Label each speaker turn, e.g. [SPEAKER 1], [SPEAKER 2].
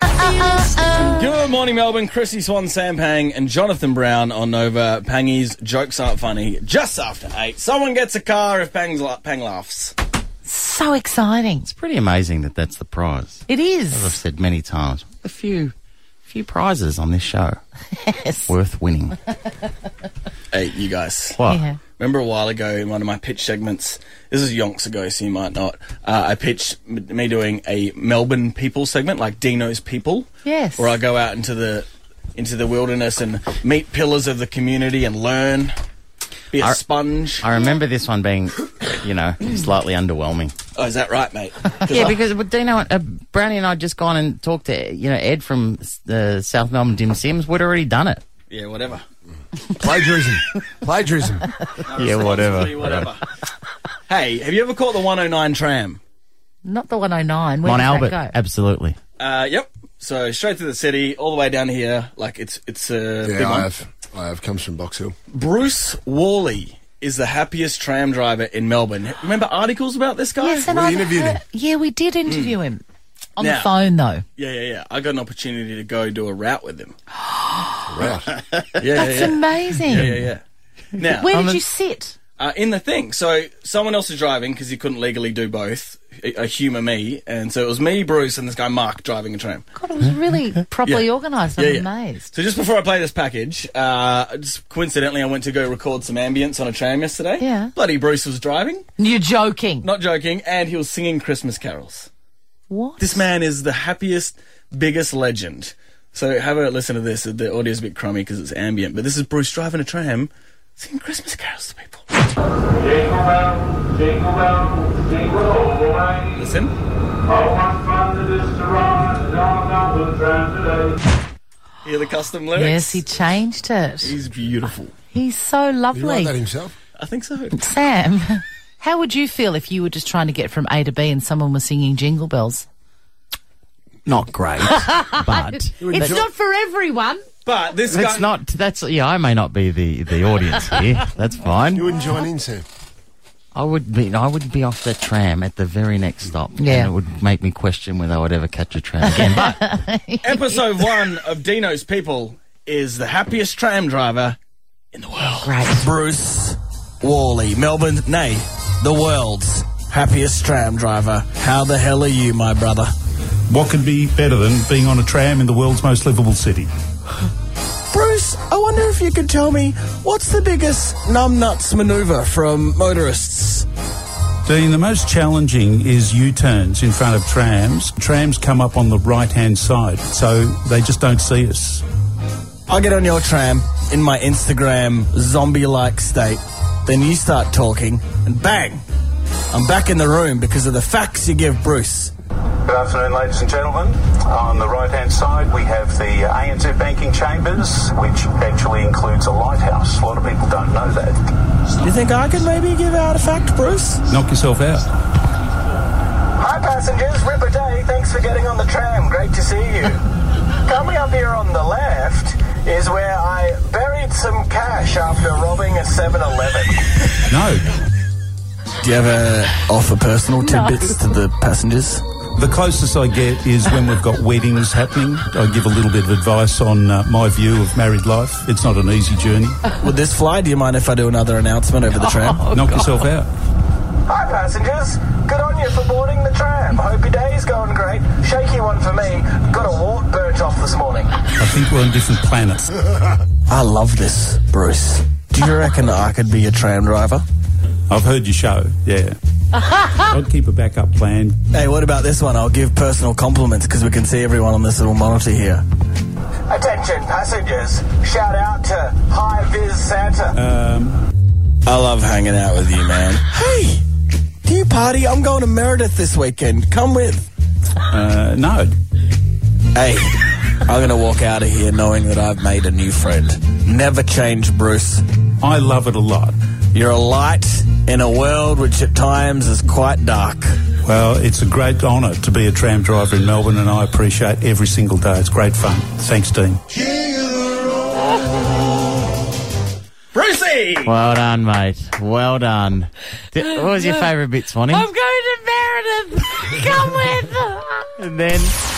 [SPEAKER 1] Uh,
[SPEAKER 2] Morning Melbourne, Chrissy Swan, Sam Pang, and Jonathan Brown on Nova. Pangy's jokes aren't funny. Just after eight, someone gets a car if Pang's la- Pang laughs.
[SPEAKER 1] So exciting.
[SPEAKER 3] It's pretty amazing that that's the prize.
[SPEAKER 1] It
[SPEAKER 3] I've
[SPEAKER 1] is.
[SPEAKER 3] said many times, a few, few prizes on this show
[SPEAKER 1] Yes.
[SPEAKER 3] worth winning.
[SPEAKER 2] Hey, you guys.
[SPEAKER 3] What?
[SPEAKER 1] Yeah.
[SPEAKER 2] Remember a while ago in one of my pitch segments? This is yonks ago, so you might not. Uh, I pitched m- me doing a Melbourne people segment, like Dino's People.
[SPEAKER 1] Yes.
[SPEAKER 2] Where I go out into the into the wilderness and meet pillars of the community and learn. Be a
[SPEAKER 3] I-
[SPEAKER 2] sponge.
[SPEAKER 3] I remember this one being, you know, slightly underwhelming.
[SPEAKER 2] oh, is that right, mate? 'Cause
[SPEAKER 3] Yeah,
[SPEAKER 2] I-
[SPEAKER 3] because well, Dino, uh, Brownie and I just gone and talked to you know Ed from the South Melbourne Dim Sims. We'd already done it.
[SPEAKER 2] yeah, whatever.
[SPEAKER 4] Plagiarism. Plagiarism.
[SPEAKER 3] yeah,
[SPEAKER 2] Possibly whatever. hey, have you ever caught the 109 tram?
[SPEAKER 1] Not the 109. Where
[SPEAKER 3] Mont
[SPEAKER 1] does
[SPEAKER 3] Albert,
[SPEAKER 1] that go?
[SPEAKER 3] absolutely.
[SPEAKER 2] Uh, yep. So straight through the city, all the way down here. Like it's it's a big
[SPEAKER 4] Yeah, I
[SPEAKER 2] one.
[SPEAKER 4] have. I have. Comes from Box Hill.
[SPEAKER 2] Bruce Worley is the happiest tram driver in Melbourne. Remember articles about this guy?
[SPEAKER 1] Yes, and
[SPEAKER 4] We
[SPEAKER 1] I
[SPEAKER 4] interviewed him.
[SPEAKER 1] Yeah, we did interview him on the
[SPEAKER 2] Now-
[SPEAKER 1] phone though.
[SPEAKER 2] Hmm. yeah, yeah, yeah. I got an opportunity to go do a route with him.
[SPEAKER 4] Right.
[SPEAKER 2] Yeah, yeah,
[SPEAKER 1] It's
[SPEAKER 2] yeah.
[SPEAKER 1] amazing.
[SPEAKER 2] yeah, yeah. Now,
[SPEAKER 1] Where did you sit?
[SPEAKER 2] uh, in the thing, so someone else was driving because he couldn't legally do both. A, a humour me, and so it was me, Bruce, and this guy Mark driving a tram.
[SPEAKER 1] God, it was really properly organised. I'm
[SPEAKER 2] Yeah, yeah.
[SPEAKER 1] amazed.
[SPEAKER 2] So just before I play this package, uh, just coincidentally, I went to go record some ambience on a tram yesterday.
[SPEAKER 1] Yeah.
[SPEAKER 2] Bloody Bruce was driving,
[SPEAKER 1] You're joking.
[SPEAKER 2] not joking, and he was singing Christmas carols.
[SPEAKER 1] what?
[SPEAKER 2] This man is the happiest, biggest legend. So have a listen to this. The audio's a bit crummy because it's ambient, but this is Bruce driving a tram, singing Christmas carols to people.
[SPEAKER 5] Jingle bells, jingle bells, jingle all the way.
[SPEAKER 2] Listen.
[SPEAKER 5] Oh, what fun it is to ride in our Melbourne tram today.
[SPEAKER 2] Hear the custom lyrics?
[SPEAKER 1] Yes, he changed it.
[SPEAKER 2] He's beautiful.
[SPEAKER 1] He's so
[SPEAKER 4] You wrote
[SPEAKER 1] lovely.
[SPEAKER 4] that himself.
[SPEAKER 2] I think so.
[SPEAKER 1] Sam, how would you feel if you were just trying to get from A to B and someone was singing Jingle Bells?
[SPEAKER 3] Not great, but
[SPEAKER 1] It's not for everyone.
[SPEAKER 2] But this
[SPEAKER 3] that's
[SPEAKER 2] guy.
[SPEAKER 3] not. That's yeah. I may not be the the audience here. That's fine.
[SPEAKER 4] You wouldn't join in, Sam.
[SPEAKER 3] I would be. I would be off the tram at the very next stop.
[SPEAKER 1] Yeah.
[SPEAKER 3] and it would make me question whether I would ever catch a tram again. But
[SPEAKER 2] episode one of Dino's People is the happiest tram driver in the world.
[SPEAKER 1] Great.
[SPEAKER 2] Bruce Wally, Melbourne, nay, the world's happiest tram driver. How the hell are you, my brother?
[SPEAKER 6] What could be better than being on a tram in the world's most livable city?
[SPEAKER 2] Bruce, I wonder if you could tell me what's the biggest numbnuts maneuver from motorists?
[SPEAKER 6] Dean, the most challenging is U turns in front of trams. Trams come up on the right hand side, so they just don't see us.
[SPEAKER 2] I get on your tram in my Instagram zombie like state, then you start talking, and bang! I'm back in the room because of the facts you give Bruce.
[SPEAKER 7] Good afternoon, ladies and gentlemen. On the right hand side, we have the ANZ Banking Chambers, which actually includes a lighthouse. A lot of people don't know that.
[SPEAKER 2] You think I could maybe give out a fact, Bruce?
[SPEAKER 6] Knock yourself out.
[SPEAKER 7] Hi, passengers. Ripper Day. Thanks for getting on the tram. Great to see you. Coming up here on the left is where I buried some cash after robbing a 7 Eleven.
[SPEAKER 6] No.
[SPEAKER 2] Do you ever offer personal tidbits to the passengers?
[SPEAKER 6] The closest I get is when we've got weddings happening. I give a little bit of advice on uh, my view of married life. It's not an easy journey.
[SPEAKER 2] Would this fly? Do you mind if I do another announcement over the tram?
[SPEAKER 6] Knock yourself out.
[SPEAKER 7] Hi, passengers. Good on you for boarding the tram. Hope your day's going great. Shaky one for me. Got a wart burnt off this morning.
[SPEAKER 6] I think we're on different planets.
[SPEAKER 2] I love this, Bruce. Do you reckon I could be a tram driver?
[SPEAKER 6] I've heard your show, yeah. I'd keep a backup plan.
[SPEAKER 2] Hey, what about this one? I'll give personal compliments because we can see everyone on this little monitor here.
[SPEAKER 7] Attention passengers, shout out to High Viz Santa.
[SPEAKER 6] Um,
[SPEAKER 2] I love hanging out with you, man. Hey, do you party? I'm going to Meredith this weekend. Come with.
[SPEAKER 6] Uh, no.
[SPEAKER 2] Hey, I'm going to walk out of here knowing that I've made a new friend. Never change, Bruce.
[SPEAKER 6] I love it a lot.
[SPEAKER 2] You're a light in a world which at times is quite dark.
[SPEAKER 6] Well, it's a great honour to be a tram driver in Melbourne, and I appreciate every single day. It's great fun. Thanks, Dean.
[SPEAKER 2] Brucey!
[SPEAKER 3] well done, mate. Well done. Di-
[SPEAKER 1] Um,
[SPEAKER 3] What was your favourite bit, Swanee?
[SPEAKER 1] I'm going to Meredith. Come with.
[SPEAKER 3] And then.